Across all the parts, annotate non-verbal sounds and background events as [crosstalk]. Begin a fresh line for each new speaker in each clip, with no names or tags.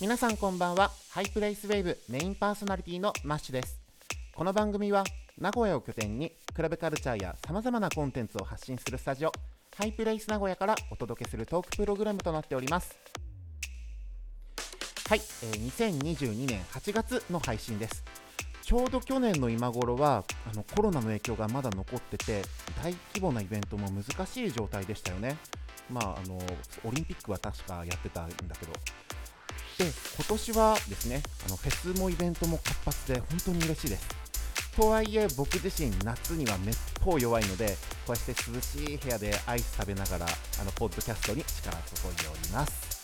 皆さんこんばんはハイプレイスウェーブメインパーソナリティのマッシュですこの番組は名古屋を拠点にクラブカルチャーやさまざまなコンテンツを発信するスタジオハイプレイス名古屋からお届けするトークプログラムとなっておりますはい、えー2022年8月の配信ですちょうど去年の今頃はあのコロナの影響がまだ残ってて大規模なイベントも難しい状態でしたよねまああのオリンピックは確かやってたんだけどで今年はですねあのフェスもイベントも活発で本当に嬉しいですとはいえ僕自身夏にはめっぽう弱いのでこうして涼しい部屋でアイス食べながらあのポッドキャストに力を注いでおります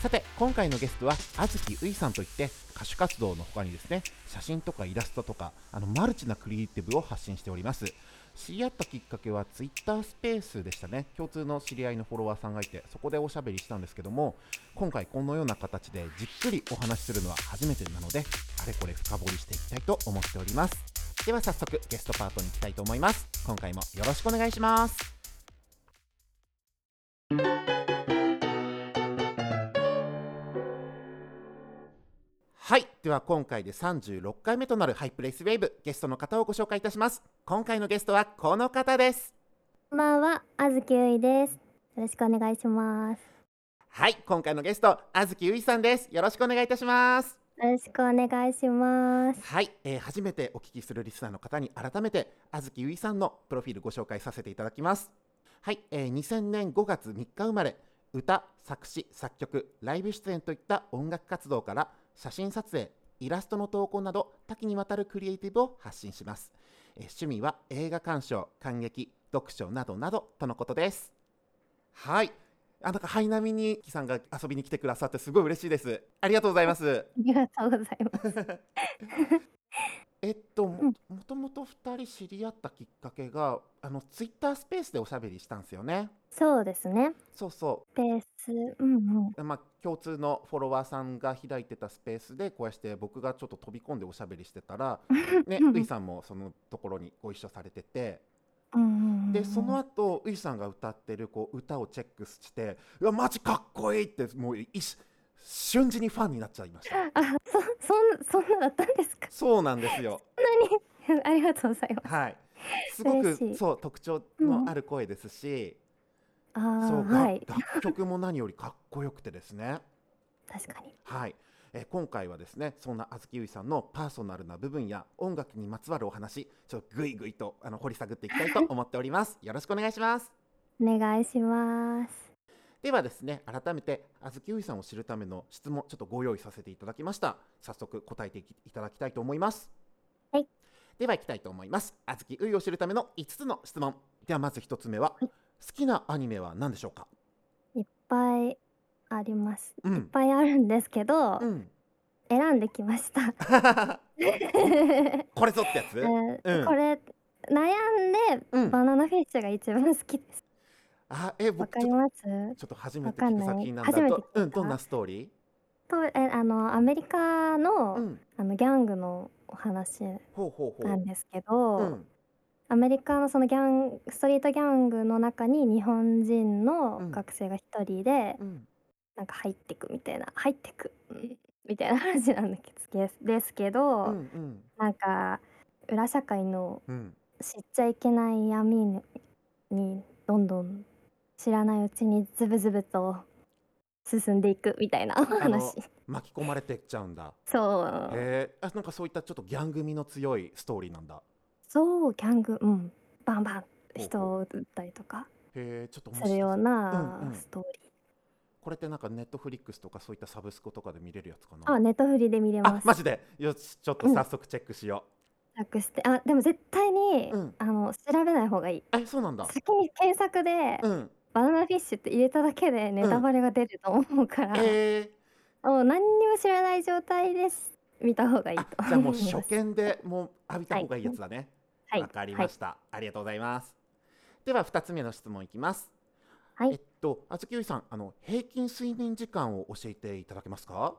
さて今回のゲストはあずきういさんといって歌手活動の他にですね写真とかイラストとかあのマルチなクリエイティブを発信しております知り合ったきっかけはツイッタースペースでしたね共通の知り合いのフォロワーさんがいてそこでおしゃべりしたんですけども今回このような形でじっくりお話しするのは初めてなのであれこれ深掘りしていきたいと思っておりますでは早速ゲストパートに行きたいと思います今回もよろしくお願いしますはいでは今回で36回目となるハイプレイスウェーブゲストの方をご紹介いたします今回のゲストはこの方です
こんばんは、あずきういです。よろしくお願いします。
はい今回のゲストあずきういさんですよろしくお願いいたします
よろしくお願いします。
はい、えー初めてお聞きするリスナーの方に改めてあずきゆいさんのプロフィールご紹介させていただきますはい、えー2000年5月3日生まれ歌作詞作曲ライブ出演といった音楽活動から写真撮影イラストの投稿など多岐にわたるクリエイティブを発信します、えー趣味は映画鑑賞観劇読書などなどとのことですはいあなんかハイナミにきさんが遊びに来てくださってすごい嬉しいですありがとうございます
ありがとうございます。
えっと、も
うん
もともと2人知り合ったきっかけがあのツイッタースペースでおしゃべりしたんですよね
そうですね。
そうそ
スペース、うんうん。
うまあ共通のフォロワーさんが開いてたスペースでこうやって僕がちょっと飛び込んでおしゃべりしてた
[laughs]
らね
うん
ういさんもそのところにご一緒されてて
うんうんうん
でその後ういさんが歌ってるこう歌をチェックしてうわマジかっこいいってもう一瞬時にファンになっちゃいま
[laughs]
した
あ、そ、そん、そんなだったんですか。 [laughs]
そうなんですよ
そんなに。ありがとうございます。
はいすご
嬉し
く
い
そう特徴
うん
のある声ですし、
あ
そう、
あ、
が
はい。
[laughs] 楽曲も何よりかっこよくてですね。
確かに。
はい、えー今回はですね、そんなあずきゆいさんのパーソナルな部分や音楽にまつわるお話、ちょっとぐいぐいとあの掘り下げていきたいと思っております。 [laughs] よろしくお願いします。
お願いします。
ではですね、改めてあずきゆいさんを知るための質問、ちょっとご用意させていただきました。早速答えていきいただきたいと思います。
はい。
では行きたいと思います。あずきゆいを知るための5つの質問。ではまず1つ目は、好きなアニメは何でしょうか。
いっぱいあります。
う
い
ん
っ。ぱいあるんですけど、
うん。
選んできました。 [laughs]
これぞってやつ。
え
うん
これ悩んで、
うん
バナナフィッシュが一番好きです。
あ、え、
わ
僕
か
ち
り
ょっ
ます
とちょっと初め
わ
て
か
聞
ん
く
ない
作品なんだ
初めて聞い
と、
た
うん、どんなストーリ
とえあのアメリカの,、
ー？うん、
あのギャングのお話
ほうほうほ
なん
う。
ですけど、
うん、
アメリカのそのギャンストリートギャングの中に日本人
う
の
ん
学生が一人で、
うん、
なんか入ってくみたいな入ってくうんみたいな話なんですけですけど、
うん、うん、
なんか裏社会の
うん、
知っちゃいけない闇ににどんどん知らないうちにズブズブと進んでいくみたいなお
の
話。
巻き込まれてっちゃうんだ。
そう。
へえ、あ、なんかそういったちょっとギャン組の強いストーリーなんだ。
そうギャングうんバンバン
ほう
人を撃ったりとか
へえ、ちょっと面
するよ
白
う
い。うん
な
うん
ストーリ
これってなんかネットフリックスとかそういったサブスクとかで見れるやつかな。
ーあネットフリで見れま
あ
す
マジで。よし、ちょっと
うん
早速チェックしよ
チェックしてあでも絶対に、
うん。
あの調べない方がいいう
え、そうなんだ。
先に検索で、
うん。
バナナフィッシュって入れただけでネタバレが出ると思うから、
へえ。
もう何にも知らない状態です見た方がいいと
あじゃあもう
思います
初見でもう浴びた方がいいやつだね。
はい
わかりました、ありがとうございます。では二つ目の質問いきます。
はい
えっとあずきゆいさんあの平均睡眠時間を教えていただけますか？
は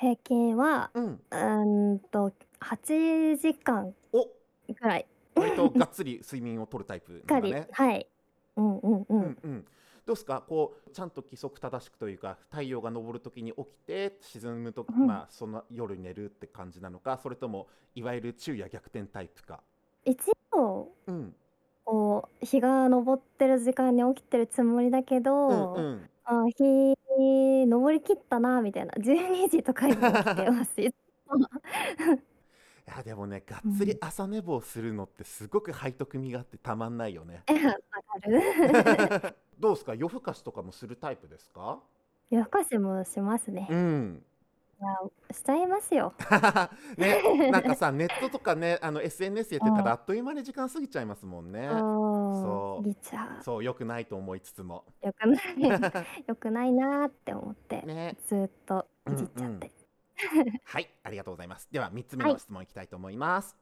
い、平均は
うん。
うーんと8時間
お
ぐらい
割とがっつり睡眠を取るタイプ
しっ
な
か
んだ
り、
ね。
はいうんうんう、
うんんうん。どうですかこうちゃんと規則正しくというか太陽が昇るときに起きて沈むと、
うん
まあ、その夜寝るって感じなのかそれともいわゆる昼夜逆転タイプか。
一応
うん、
こう日が昇ってる時間に起きてるつもりだけど、
うん、うん
あ日昇りきったなみたいな12時とかにも起きて
[laughs]
ますし。
いやでもねがっつり朝寝坊するのってすごく背徳味があってたまんないよね
わかる
どうですか夜更かしとかもするタイプですか
夜更かしもしますね
うん
しちゃいますよ
[laughs] ね、なんかさネットとかねあの SNS やってた
うん
らあっという間に時間過ぎちゃいますもんね。
そ
そう
うぎちゃ
そうよくないと思いつつも。
うよく
[laughs]
ないよくないなーって思って、
ね、
ずーっといじっちゃって、
うんうんはいありがとうございます。では3つ目の質問いきたいと思います。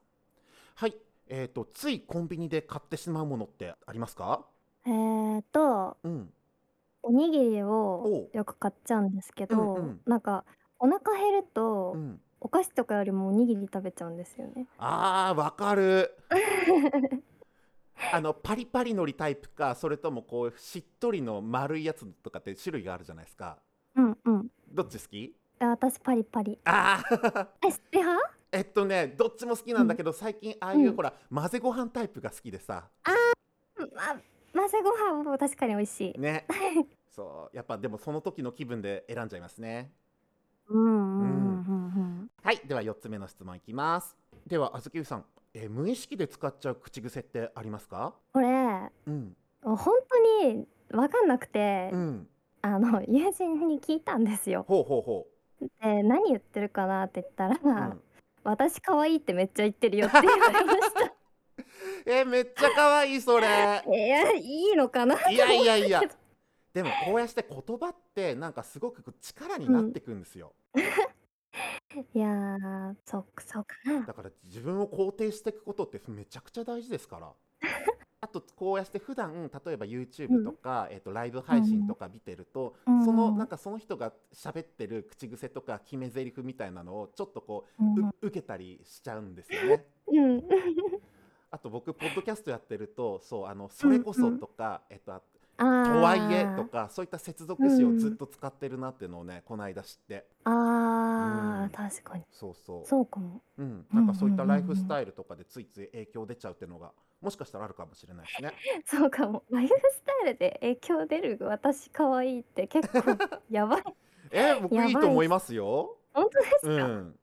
はい、えっ、とついコンビニで買ってしまうものってありますか？
えーと
うん。
おにぎり
お
を
う
よく買っちゃうんですけど、
うんうん
なんかお腹減ると、
うん、
お菓子とかよりもおにぎり食べちゃうんですよね
あーわか [laughs] る。あのパリパリのりタイプかそれともこうしっとりの丸いやつとかって種類があるじゃないですか。
うんうん
どっち好き？
あ私パリパリ
ああ。
え知っては
えっとねどっちも好きなんだけど、最近ああいう、
うん
ほら混ぜご飯タイプが好きでさ
ま混ぜご飯も確かに美味し
[laughs]
い
ねそうやっぱでもその時の気分で選んじゃいますね
うんうんうんうん
はいでは4つ目の質問いきますではあずきうさんえー無意識で使っちゃう口癖ってありますか
これ
うん
本当に分かんなくて、
うん
あの友人に聞いたんですよ。
ほうほうほ
で何言ってるかなって言ったら、
う、うん、
私可愛いってめっちゃ言ってるよって言われまし
えーめっちゃ可愛いそ [laughs] れ
[laughs] た。いやいいのかな。
いやいやいやでもこうやって言葉ってなんかすごく力になってくんですよ、
いやーそうそうかな。
だから自分を肯定していくことってめちゃくちゃ大事ですから。
[laughs]
あとこうやって普段例えば YouTube とか、えっとライブ配信とか見てると、
うん
そのなんかその人が喋ってる口癖とか決め台詞みたいなのをちょっとこうう、受けたりしちゃうんですよ
[laughs]
ね。
うんうん。
あと僕ポッドキャストやってるとそうあのそれこそとか、えっとあ
あ
と
ー
はいえと。かそういった接続詞をずっと使ってるなっていうのをねこの間知って
ああ、
うん
確かに
そうそう
そうかも。
うん、なんかそういったライフスタイルとかでついつい影響出ちゃうっていうのがもしかしたらあるかもしれないですね。
そうかも。ライフスタイルで影響出る私可愛いって
[laughs]
結構やばい。
え僕
やばい
いいと思いますよ。
本当ですか。
うん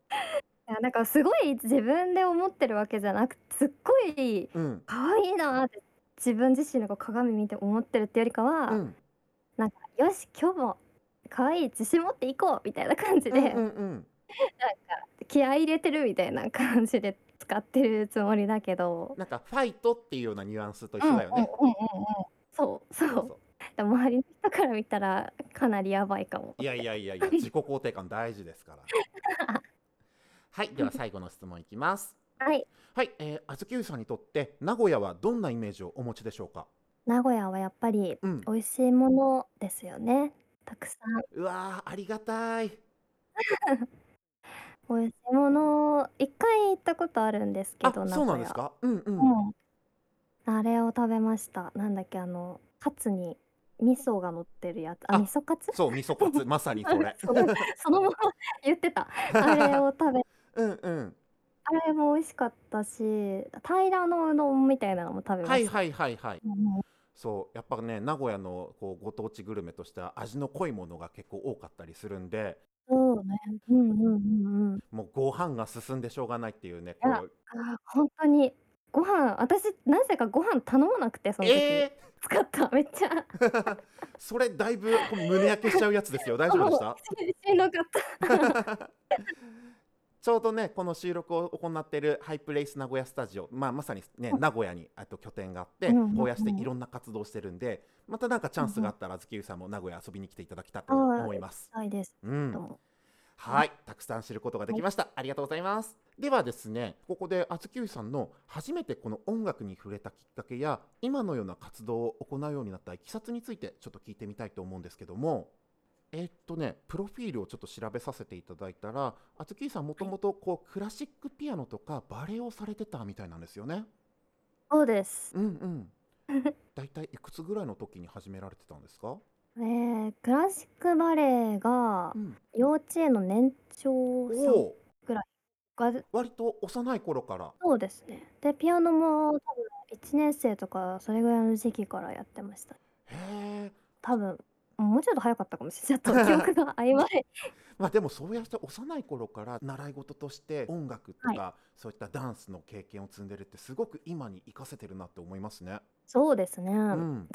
いやなんかすごい自分で思ってるわけじゃなくてすっごい
うん
可愛いなって自分自身のこう鏡見て思ってるってよりかは、
うん
なんかよし今日も可愛い自信持っていこうみたいな感じ
う
で、
んうんうん
気合い入れてるみたいな感じで使ってるつもりだけど、
なんかファイトっていうようなニュアンスと一
うん
緒
う
だ
んうん
よ
うんうん
ね。
そうそう
そうそ
でも周りの人から見たらかなりやばいかも
ういやいやいやいや自己肯定感大事ですから。はいでは最後の質問いきます。
はい
はい、えー、あずきうさんにとって名古屋はどんなイメージをお持ちでしょうか。
名古屋はやっぱり
うん
美味しいものですよねたくさん
うわーありがたい。
美味しいもの一回行ったことあるんですけ
あ
ど
そうなんです
名古
か。うんうん。
屋うんあれを食べましたなんだっけあのカツに味噌が乗ってるやつあ
あ
味噌カツ
そう味噌カツまさにそれ
[laughs] 。そのそのまま言ってたあれを食べ
[laughs] うんうん。
あれも美味しかったし平らのうどんみたいなのも食べました、
はいはいはいはい。
うん
そうやっぱね名古屋のこうご当地グルメとしては味の濃いものが結構多かったりするんで
そうねうんうんうんうん
もうご飯が進んでしょうがないっていうね
あら
こう
あ本当にご飯私なぜかご飯頼まなくてその時、
え
使っためっちゃ
ー、それだいぶこう胸焼けしちゃうやつですよ大丈夫で [laughs] した
しんどかった
[laughs]
[laughs]
ちょうどねこの収録を行っているハイプレイス名古屋スタジオ、まあ、まさに、ね、名古屋にあと拠点があって
うん
こうやっていろんな活動してるんでまたなんかチャンスがあったらあずきゆうさんも名古屋遊びに来ていただきたいと思います。
はいです
うん
どうも
はい、たくさん知ることができました。ありがとうございます。ではですね、ここであずきうさんの初めてこの音楽に触れたきっかけや、今のような活動を行うようになったいきさつについてちょっと聞いてみたいと思うんですけども、えっとね、プロフィールをちょっと調べさせていただいたら、あずきうさんもともとこうクラシックピアノとかバレエをされてたみたいなんですよね。
そうです。
うんうん。大体いくつぐらいの時に始められてたんですか、
えー、クラシックバレエが
うん、
幼稚園の年長さん
お
が
割と幼い頃から
そうですねでピアノも多分1年生とかそれぐらいの時期からやってました
へえ
多分もうちょっと早かったかもしれないちょっと記憶が曖昧
[laughs] まあでもそうやって幼い頃から習い事として音楽とか、そういったダンスの経験を積んでるってすごく今に生かせてるなって思いますね。
そうですね、
うん、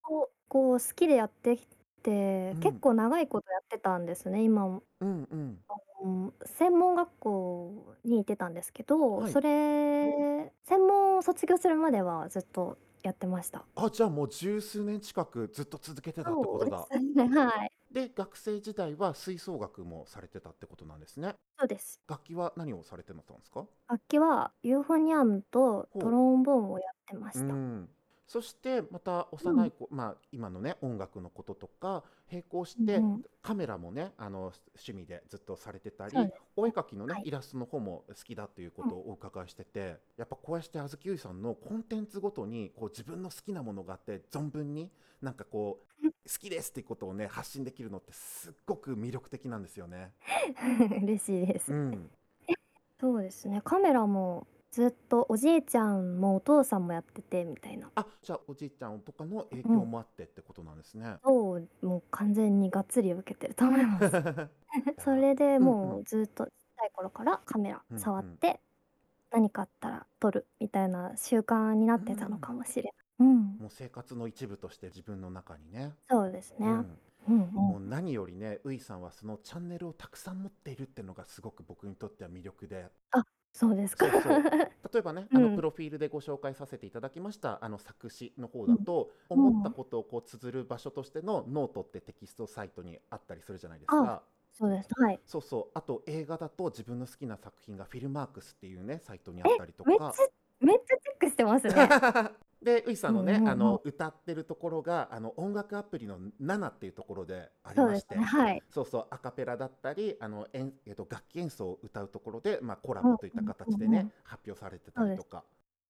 こうこう好きでやってきて、
うん
結構長いことやってたんですね今も
うん、うん、
うん専門学校に行ってたんですけど、
はい
それ専門を卒業するまではずっとやってました。
あじゃあもう十数年近くずっと続けてたってことだ。
そうですね [laughs] はい
で学生時代は吹奏楽もされてたってことなんですね。
そうです
楽器は何をされてたんですか
楽器はユーフォニアムと
ほう
トロンボーンをやってま
う
した。
ん、そしてまた幼い子、まあ、今のね音楽のこととか並行して、
うん
カメラもねあの趣味でずっとされてたり、
そうで
お絵描きのね、
はい
イラストの方も好きだということをお伺いしてて、やっぱこうやしてあずきゆいさんのコンテンツごとにこう自分の好きなものがあって存分になんかこう
[laughs] うん
好きですっていうことをね発信できるのってすっごく魅力的なんですよ
[laughs]
ね。
[laughs] 嬉しいです、
うん、
そうですねカメラもずっとおじいちゃんもお父さんもやっててみたいな
あじゃあおじいちゃんとかの影響もあってってことなんですね。
[laughs] そうもう完全にがっつり受けてると思います
[laughs]
それで
うん
も
う
うずっと小さい頃からカメラ
うんうん
触って何かあったら撮るみたいな習慣になってたのかもしれない、うん
もう生活の一部として自分の中にね。
そうですね、
う
うん
ん
うん
もう何よりね、ういさんはそのチャンネルをたくさん持っているっていうのがすごく僕にとっては魅力で、
そうですか
そうそう
[laughs]
例えばね、あの
うん
プロフィールでご紹介させていただきました、あの作詞の方だと、思ったことをこう綴る場所としてのノートってテキストサイトにあったりするじゃないですか。
そうですはい
そうそう、あと映画だと自分の好きな作品がフィルマークスっていうね、サイトにあったりと
めっちゃ
か。
めっちゃチェックし
[laughs]
てますね
で、ういさんのね、
うんうんうん
あの歌ってるところが、あの音楽アプリの7っていうところであり
そう
ま
で
し
す
て。
ねはい
そうそうアカペラだったりあの、えんえっと楽器演奏を歌うところで、まあ、コラボといった形でね、
うんうんうん
発表されてたりとか、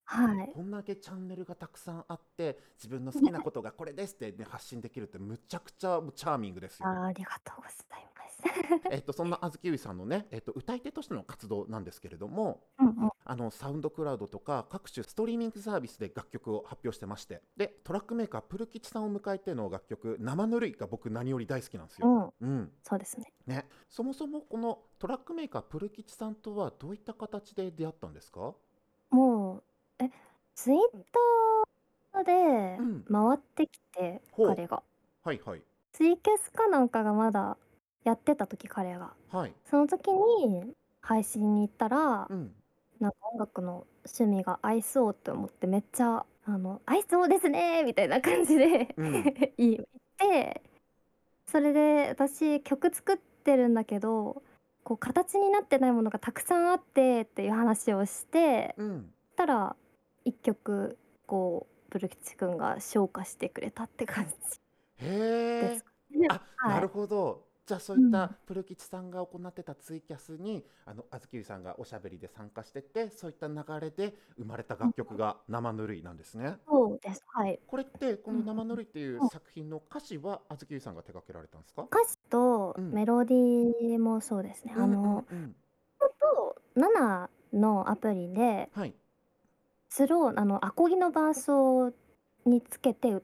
はい
こんだけチャンネルがたくさんあって自分の好きなことがこれですって、ね、発信できるってむちゃくちゃチャーミングです
あ
よ。
ーありがとうご
[laughs]
ざいます
えっとそんなあずきゆいさんのね、えっと歌い手としての活動なんですけれども
うん、うん、
あのサウンドクラウドとか各種ストリーミングサービスで楽曲を発表してましてでトラックメーカープルキチさんを迎えての楽曲「生ぬるい」が僕何より大好きなんですよ。
うん、
うん
そうですね
ね、そもそもこのトラックメーカープルキチさんとはどういった形で出会ったんですか
もうえツイッターで
うん
回ってきて、
ほう
彼が
はいはい
ツイキャスかなんかがまだやってた時彼が
はい、
その時に配信に行ったら、
うん、
なんか音楽の趣味が合いそうって思ってめっちゃ「あの合いそうですね」みたいな感じで、
うん
[laughs] 言いってそれで私曲作ってるんだけどこう形になってないものがたくさんあってっていう話をして
うん、
たら一曲こうブルキチ君が消化してくれたって感じ
へ
で
え
すかね。
あ、
はい
なるほどじゃあそういっ
う
た
ん
プルキチさんが行ってたツイキャスに、あのあずきりさんがおしゃべりで参加しててそういった流れで生まれた楽曲が「生ぬるい」なんですね。
そうですはい
これってこの「生ぬるい」っていう
うん
作品の歌詞はあずきりさんが手掛けられたんですか
歌詞と
うん
メロディーもそうですね、
う
あの、
んうんうん
と7のアプリで
はい
スローあのアコギの伴奏につけて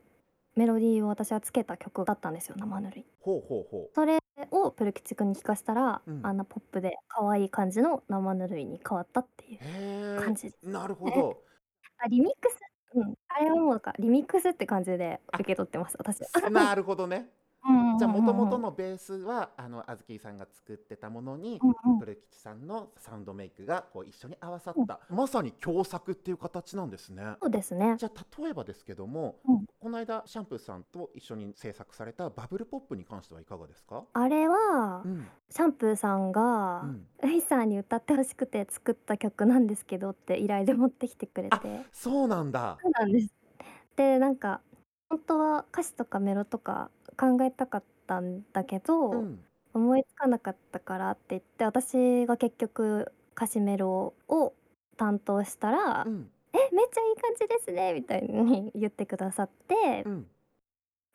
メロディーを私はつけた曲だったんですよ生ぬるい
ほうほうほう
それをプルキチ君に聞かせたら、
うん
あんなポップで可愛い感じの生ぬるいに変わったっていう
へ
感じです
えなるほど
[laughs] あリミックスうんあれはもうだからリミックスって感じで受け取ってます私は
なるほどね。
うん
じゃあもともとのベースはあのあずきさんが作ってたものに
うんうん
プルキチさんのサウンドメイクがこう一緒に合わさった、まさに共作っていう形なんですね。
そうですね
じゃあ例えばですけども、
うん
この間シャンプーさんと一緒に制作されたバブルポップに関してはいかがですか、
あれは
うん
シャンプーさんが、
うん
ウイさんに歌ってほしくて作った曲なんですけどって依頼で持ってきてくれて
あそうなんだ。
そうなんですでなんか本当は歌詞とかメロとか考えたかったんだけど、
うん、
思いつかなかったからって言って私が結局歌詞メロを担当したら、
うん、
「えめっちゃいい感じですね」みたいに言ってくださって
うん、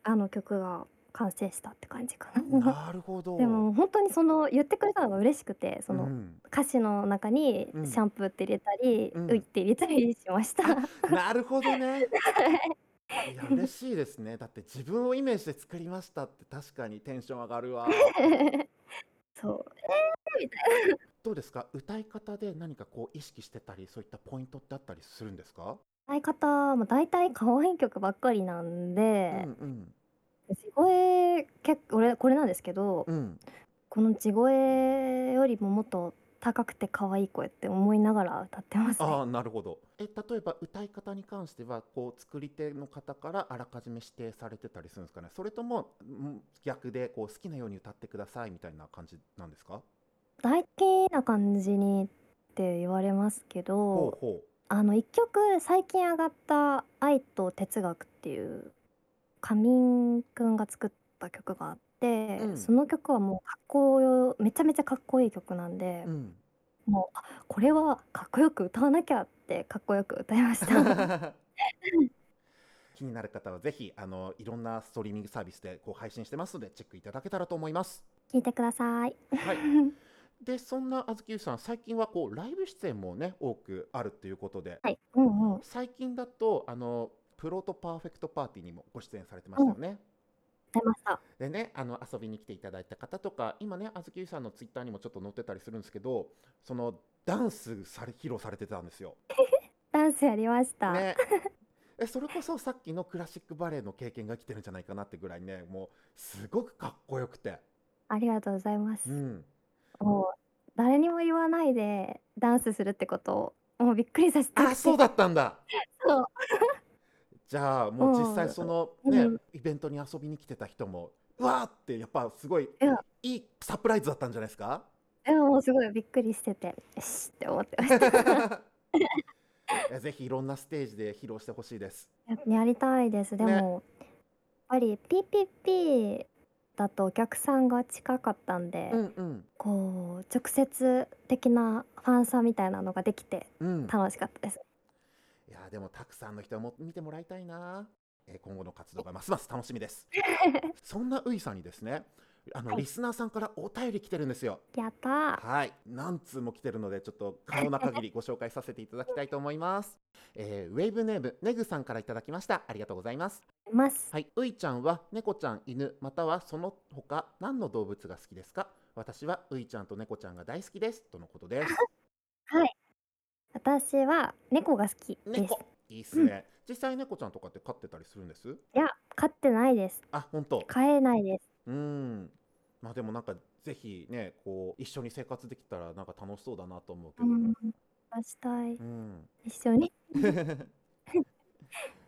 あの曲が完成したって感じかな。
なるほど。
[laughs] でも本当にその言ってくれたのが嬉しくてその、
うん
歌詞の中に
うん
シャンプーって入れたり、
うん
ういって入れたりしま
[laughs]
した。
なるほどね。いや嬉しいですね。だって自分をイメージで作りましたって確かにテンション上がるわ。
そう
どうですか歌い方で何かこう意識してたりそういったポイントってあったりするんですか、
歌い方も大体可愛い曲ばっかりなんで
う、ん
地声結構俺これなんですけど、
うんうん
この地声よりももっと高くて可愛い声って思いながら歌ってますね。
ああなるほどえ例えば歌い方に関してはこう作り手の方からあらかじめ指定されてたりするんですかねそれともん逆でこう好きなように歌ってくださいみたいな感じなんですか
大好きな感じにって言われますけ
ほう
ど、
ほ
あの一曲最近上がった「愛と哲学」っていう仮眠くんが作った曲があって、
うん
その曲はもうかっこよめちゃめちゃかっこいい曲なんで、
う、うん、
もうあこれはかっこよく歌わなきゃってかっこよく歌い
[laughs]
ました。
[laughs] 気になる方はぜひあのいろんなストリーミングサービスでこう配信してますのでチェックいただけたらと思います。
聞いてください。
はい、でそんなあずきゆうさん最近はこうライブ出演もね多くあるということで、
はい、うんうん、
最近だとあのプロとパーフェクトパーティーにもご出演されてましたよね。
出ました。
でねあの遊びに来ていただいた方とか今ねあずきゆうさんのツイッターにもちょっと載ってたりするんですけどそのダンスされ披露されてたんですよ。
ダンスやりました。
ね、えそれこそさっきのクラシックバレエの経験が来てるんじゃないかなってぐらいねもうすごくかっこよくて、
ありがとうございます。
うん、
もう誰にも言わないでダンスするってことをもうびっくりさせて
あそう
だ。
だったんだ
そう
[laughs] じゃあもう
うん
実際そのね、
うん
イベントに遊びに来てた人もうわーってやっぱすごい
うん
いいサプライズだったんじゃないですか [laughs]
でももうすごいびっくりしてて、よしって思ってました。
いやぜひいろんなステージで披露してほしいです。 [laughs]
やりたいです。でも、
ね
やっぱり PPP だとお客さんが近かったんで、
うんうん
こう直接的なファンサみたいなのができて
うん、
楽しかったです。
いやでもたくさんの人も見てもらいたいな、えー今後の活動がますます楽しみです
[laughs]
そんなういさんにですねあの、
はい
リスナーさんからお便り来てるんですよ
やったー。
はい何通も来てるのでちょっと可能な限りご紹介させていただきたいと思います、えーウェーブネームネグさんからいただきましたありがとうございます
ます。
はいういちゃんは猫ちゃん犬またはその他何の動物が好きですか私はういちゃんと猫ちゃんが大好きですとのことです
私は猫が好きです。
猫いいっすね、実際猫ちゃんとかって飼ってたりするんです
いや飼ってないです。
あ本当
飼えないです。
うんまあでもなんかぜひねこう一緒に生活できたらなんか楽しそうだなと思うけ
う
ど
ん、したい。
うん
一緒に。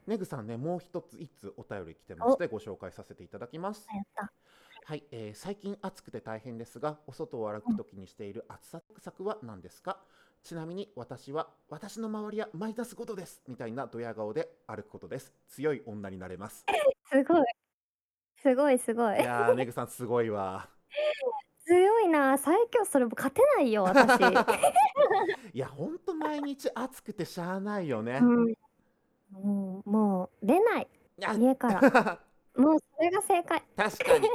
ネグさんねもう一つ一つお便り来てましてご紹介させていただきます
やった。
はい、えー最近暑くて大変ですがお外を歩くときにしている暑さ対策は何ですかちなみに私は私の周りはマイナス5度ですみたいなドヤ顔で歩くことです強い女になれます
すごい。すごいすごい
い。やーネグさんすごいわ
強いな。最強それも勝てないよ
[laughs]
私。
いやほんと毎日暑くてしゃあないよね、
うん。もうもう出ない
[laughs] あ
家から。もうそれが正解。
確かに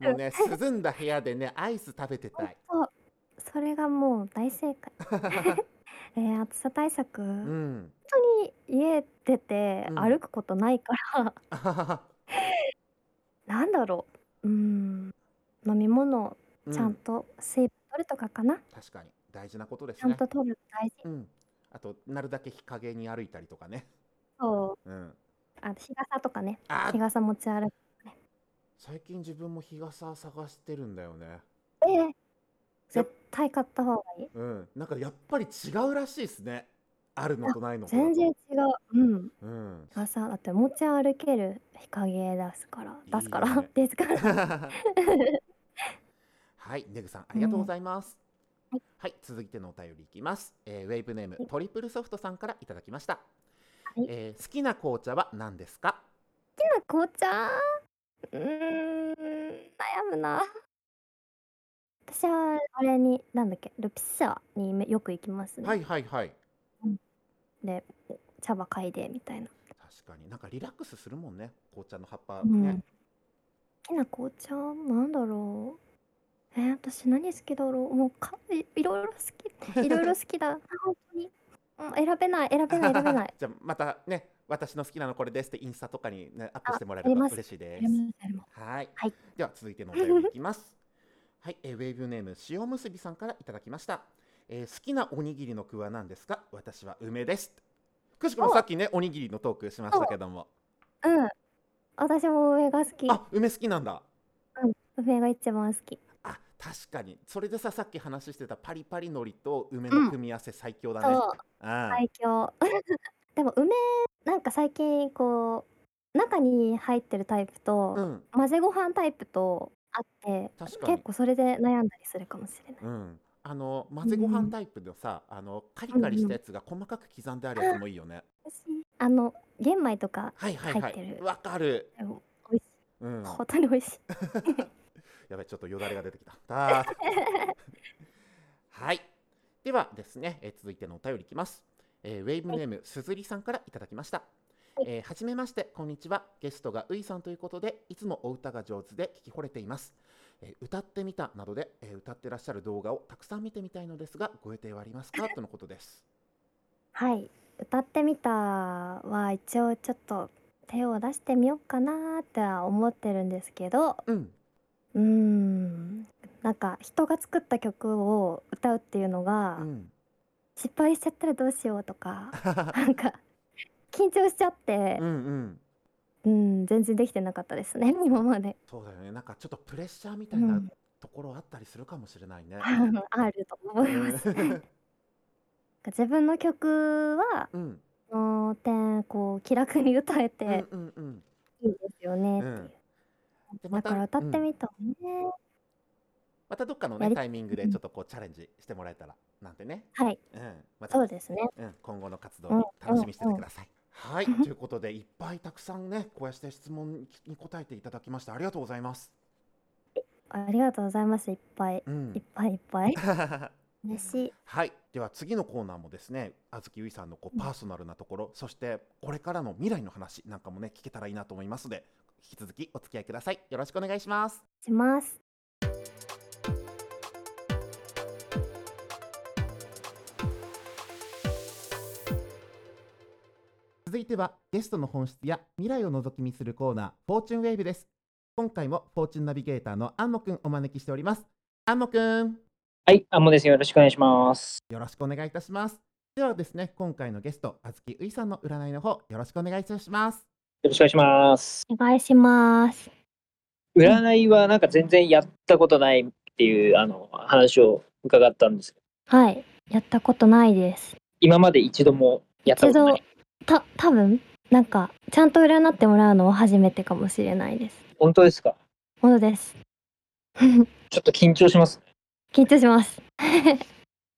もうね涼んだ部屋でねアイス食べてたい
そう。それがもう大
[laughs]
正解。えー、暑さ対策、
う
本
ん
当に家出て
うん
歩くことないから、なんだろう。うん。飲み物
う
ちゃんと水分取るとかかな。
確かに大事なことで
ち
す
ゃん
ね
と取るの大事。
うんあとなるだけ日陰に歩いたりとかね
そう。
うん
あ日傘とかね。
あ
日傘持ち歩く。
最近自分も日傘探してるんだよね
ええ絶対買った方がいい。
うんなんかやっぱり違うらしいですねあるのとないのとだと
全然違う。うん。
うん
日傘だって持ち歩ける日陰ですから。出すから。
[laughs] いいね
ですから。
はい、ネグさん、ありがとうございます。はい、続いてのお便りいきます。えーウェーブネーム、トリプルソフトさんからいただきました。
い
えー好きな紅茶は何ですか。
紅茶。うーん。悩むな。私はあれになんだっけルピッサにめよく行きますね。
はいはいはい。
で茶葉嗅いでみたいな。
確かになんかリラックスするもんね紅茶の葉っぱ
う
ね、
ん、好きな紅茶なんだろうえー、私何好きだろうもうかいいろいろ好きいろいろ好
[laughs]
きだあ本当に、うん、選べない選べない選べない
じゃあまたね私の好きなのこれですってインスタとかに、ね、アップしてもらえ
あ
れ
やり
ば
ます
嬉しいで
選べ
す
ない選べない
はい、
はい
では続いてのお便りいきます [laughs] はい、えーウェーブネーム塩むすびさんからいただきました、えー好きなおにぎりの具は何ですか私は梅ですくしくも
お
さっきねおにぎりのトークしましたけども
うん私も梅が好き
あ梅好きなんだ
梅が一番好き
あ確かにそれでささっき話してたパリパリ海苔と梅の組み合わせ最強だね、
そ
う
う
ん
最強 [laughs] でも梅なんか最近こう中に入ってるタイプと、
うん
混ぜご飯タイプとあって
確かに
結構それで悩んだりするかもしれない
うん、あの混ぜご飯タイプのさ、あのカリカリしたやつが細かく刻んであるやつもいいよね。
あの玄米とか
はいはいは
入って
い。
る
わかる。
でも美味しい
うん。
本当に美味しい
やばいちょっとよだれが出てきた。だーはい。ではですね、えー続いてのお便りいきます。えーウェーブネーム、すずりさんからいただきました。
はい
えーはじめまして、こんにちは。ゲストがういさんということで、いつもお歌が上手で聞き惚れています。えー歌ってみたなどで、えー歌ってらっしゃる動画をたくさん見てみたいのですが、ご予定はありますかとのことです。
はい歌ってみたは一応ちょっと手を出してみようかなーっては思ってるんですけど
うん。
うーんなんか人が作った曲を歌うっていうのが、
うん。
失敗しちゃったらどうしようとか [laughs] なんか緊張しちゃって
う、んうん、
うん、全然できてなかったです [laughs] ね今まで
そうだよねなんかちょっとプレッシャーみたいな
うん
ところあったりするかもしれないね。
あると思いますなんか自分の曲は
うん
その点こう気楽に歌
う
え
ん
て
うんうん
いいですよねっ
う、
ていうん
で
だから歌って
うん
みたのね、
またどっかの
や
ね
り
タイミングでちょっとこうチャレンジしてもらえたらなんてね、
はい
うん、また
そうですね
うん、今後の活動に楽しみにしててください。はいということでいっぱいたくさんねこうやって質問に答えていただきましてありがとうございます。
ありがとうございますいっぱいういっ
ん、
ぱいいっぱい嬉しい
はいでは次のコーナーもですねあずきゆいさんのこう
うん
パーソナルなところ、そしてこれからの未来の話なんかもね聞けたらいいなと思いますので引き続きお付き合いくださいよろしくお願いします
します
続いてはゲストの本質や未来を覗き見するコーナーフォーチュンウェーブです今回もフォーチュンナビゲーターのアンモくんお招きしておりますアンモくん
はい、アンモです。よろしくお願いします。
よろしくお願いいたしますではですね今回のゲストあずきゆいさんの占いの方よろしくお願いいたします
よろしくお願いします。
お願いします
占いはなんか全然やったことないっていうあの話を伺ったんですけど、
はいやったことないです
今まで一度もやったことない。
た多分なんかちゃんと占ってもらうのは初めてかもしれないです
本当ですか
ものです [laughs]
ちょっと緊張します。
緊張します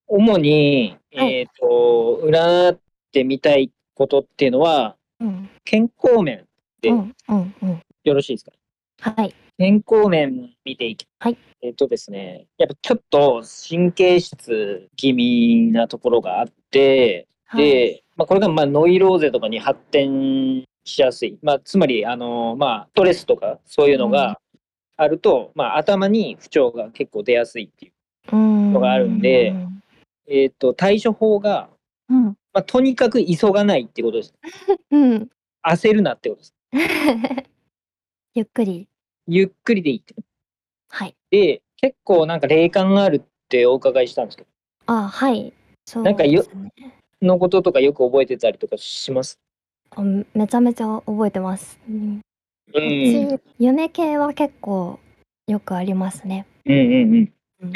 主に、
はい
えっ、と、占ってみたいことっていうのは、
うん
健康面、で
うんうんうん
よろしいですか
はい
健康面見ていき
はい。
えっ、とですね、やっぱちょっと神経質気味なところがあって、
はい
で、まあ、これがまあノイローゼとかに発展しやすい、まあ、つまりあの、まあ、ストレスとかそういうの
うん
があると、まあ、頭に不調が結構出やすいってい
う
う、
ん
のがあるんで
うん
えー、と対処法が、
うん
まあ、とにかく急がないってことです
うん [laughs]
焦るなってことです
ゆっくり
ゆっくりでいいって
はい
で結構なんか霊感があるってお伺いしたんですけど
あはいそう
なんかよ
ですね
のこととかよく覚えてたりとかします
あめちゃめちゃ覚えてます、うん
うんうん
うち夢系は結構よくありますね
うんうん
うん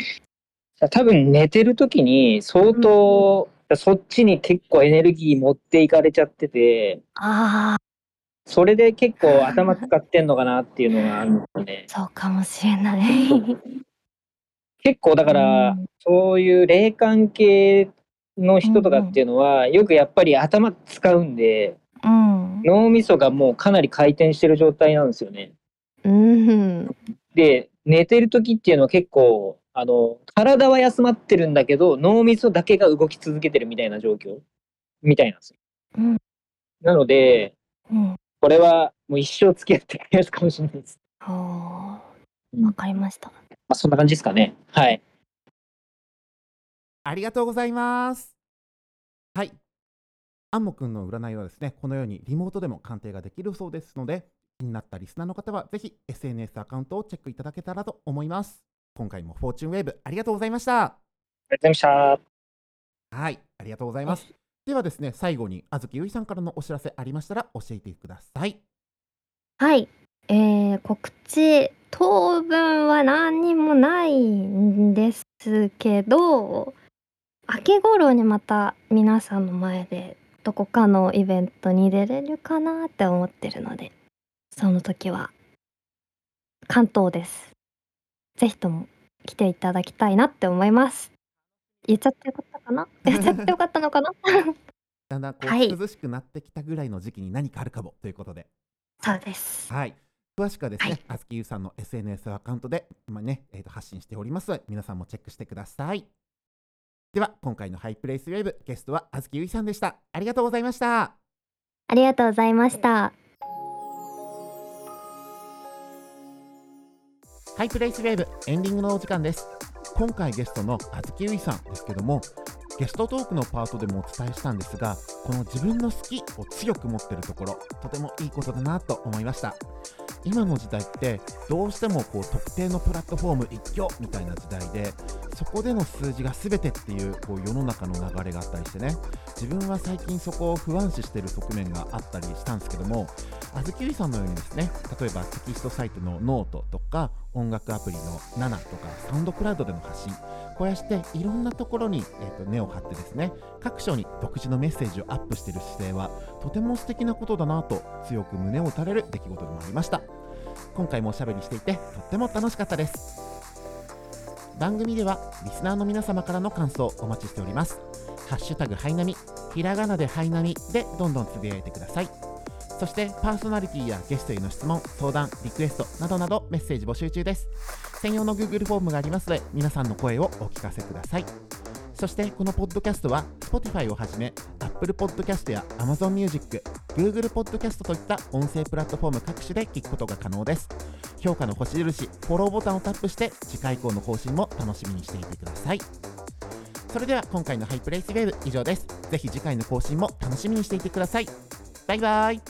多分寝てる時に相当、そっちに結構エネルギー持っていかれちゃってて
ああ。
それで結構頭使ってんのかなっていうのがあるんですよね
そうかもしれ [laughs] ないだ
結構だから、そういう霊感系の人とかっていうのは、よくやっぱり頭使うんで、
うん
脳みそがもうかなり回転してる状態なんですよね。
うん
で、寝てる時っていうのは結構、あの、体は休まってるんだけど、脳みそだけが動き続けてるみたいな状況みたいなんですよ。なので、
うん。
これはもう一生付き合ってくれるやつかもしれないです。
あ
う
あ、
ん
わかりました。
まあ、そんな感じですかね。はい。
ありがとうございます。はい。アンモくんの占いはですね、このようにリモートでも鑑定ができるそうですので、気になったリスナーの方はぜひ SNS アカウントをチェックいただけたらと思います。今回もフォーチュンウェーブありがとうございました。
ありがとうございました。
はい、ありがとうございます。ではですね、最後にあずきゆいさんからのお知らせありましたら教えてください。
はい、えー、告知当分は何にもないんですけど明け頃にまた皆さんの前でどこかのイベントに出れるかなって思ってるのでその時は関東ですぜひとも来ていただきたいなって思います言っちゃってよかったか [laughs] な言っちゃってよかったのかな
だんだんこう、
はい
涼しくなってきたぐらいの時期に何かあるかもということで、
そうです
はい。詳しくはですね、
はい
あずきゆいさんの SNS アカウントで、まあねえーと発信しておりますので、皆さんもチェックしてください。では、今回のハイプレイスウェーブ、ゲストはあずきゆいさんでした。ありがとうございました。
ありがとうございました
ハイプレイスウェーブエンディングのお時間です今回ゲストのあずきゆいさんですけどもゲストトークのパートでもお伝えしたんですがこの自分の好きを強く持ってるところとてもいいことだなと思いました今の時代ってどうしてもこう特定のプラットフォーム一挙みたいな時代でそこでの数字が全てっていうこう世の中の流れがあったりしてね自分は最近そこを不安視してる側面があったりしたんですけどもあずきゆいさんのようにですね例えばテキストサイトのノートとか音楽アプリのナナとかサウンドクラウドでの発信こうやっていろんなところに、えーと根を張ってですね各所に独自のメッセージをアップしている姿勢はとても素敵なことだなと強く胸を打たれる出来事でもありました今回もおしゃべりしていてとっても楽しかったです番組ではリスナーの皆様からの感想をお待ちしておりますハッシュタグハイナミひらがなでハイナミでどんどんつぶやいてくださいそしてパーソナリティやゲストへの質問、相談、リクエストなどなどメッセージ募集中です。専用の Google フォームがありますので、皆さんの声をお聞かせください。そしてこのポッドキャストは Spotify をはじめ Apple Podcast や Amazon Music、Google Podcast といった音声プラットフォーム各種で聞くことが可能です。評価の星印、フォローボタンをタップして次回以降の更新も楽しみにしていてください。それでは今回のハイプレイスウェーブ以上です。ぜひ次回の更新も楽しみにしていてください。バイバイ。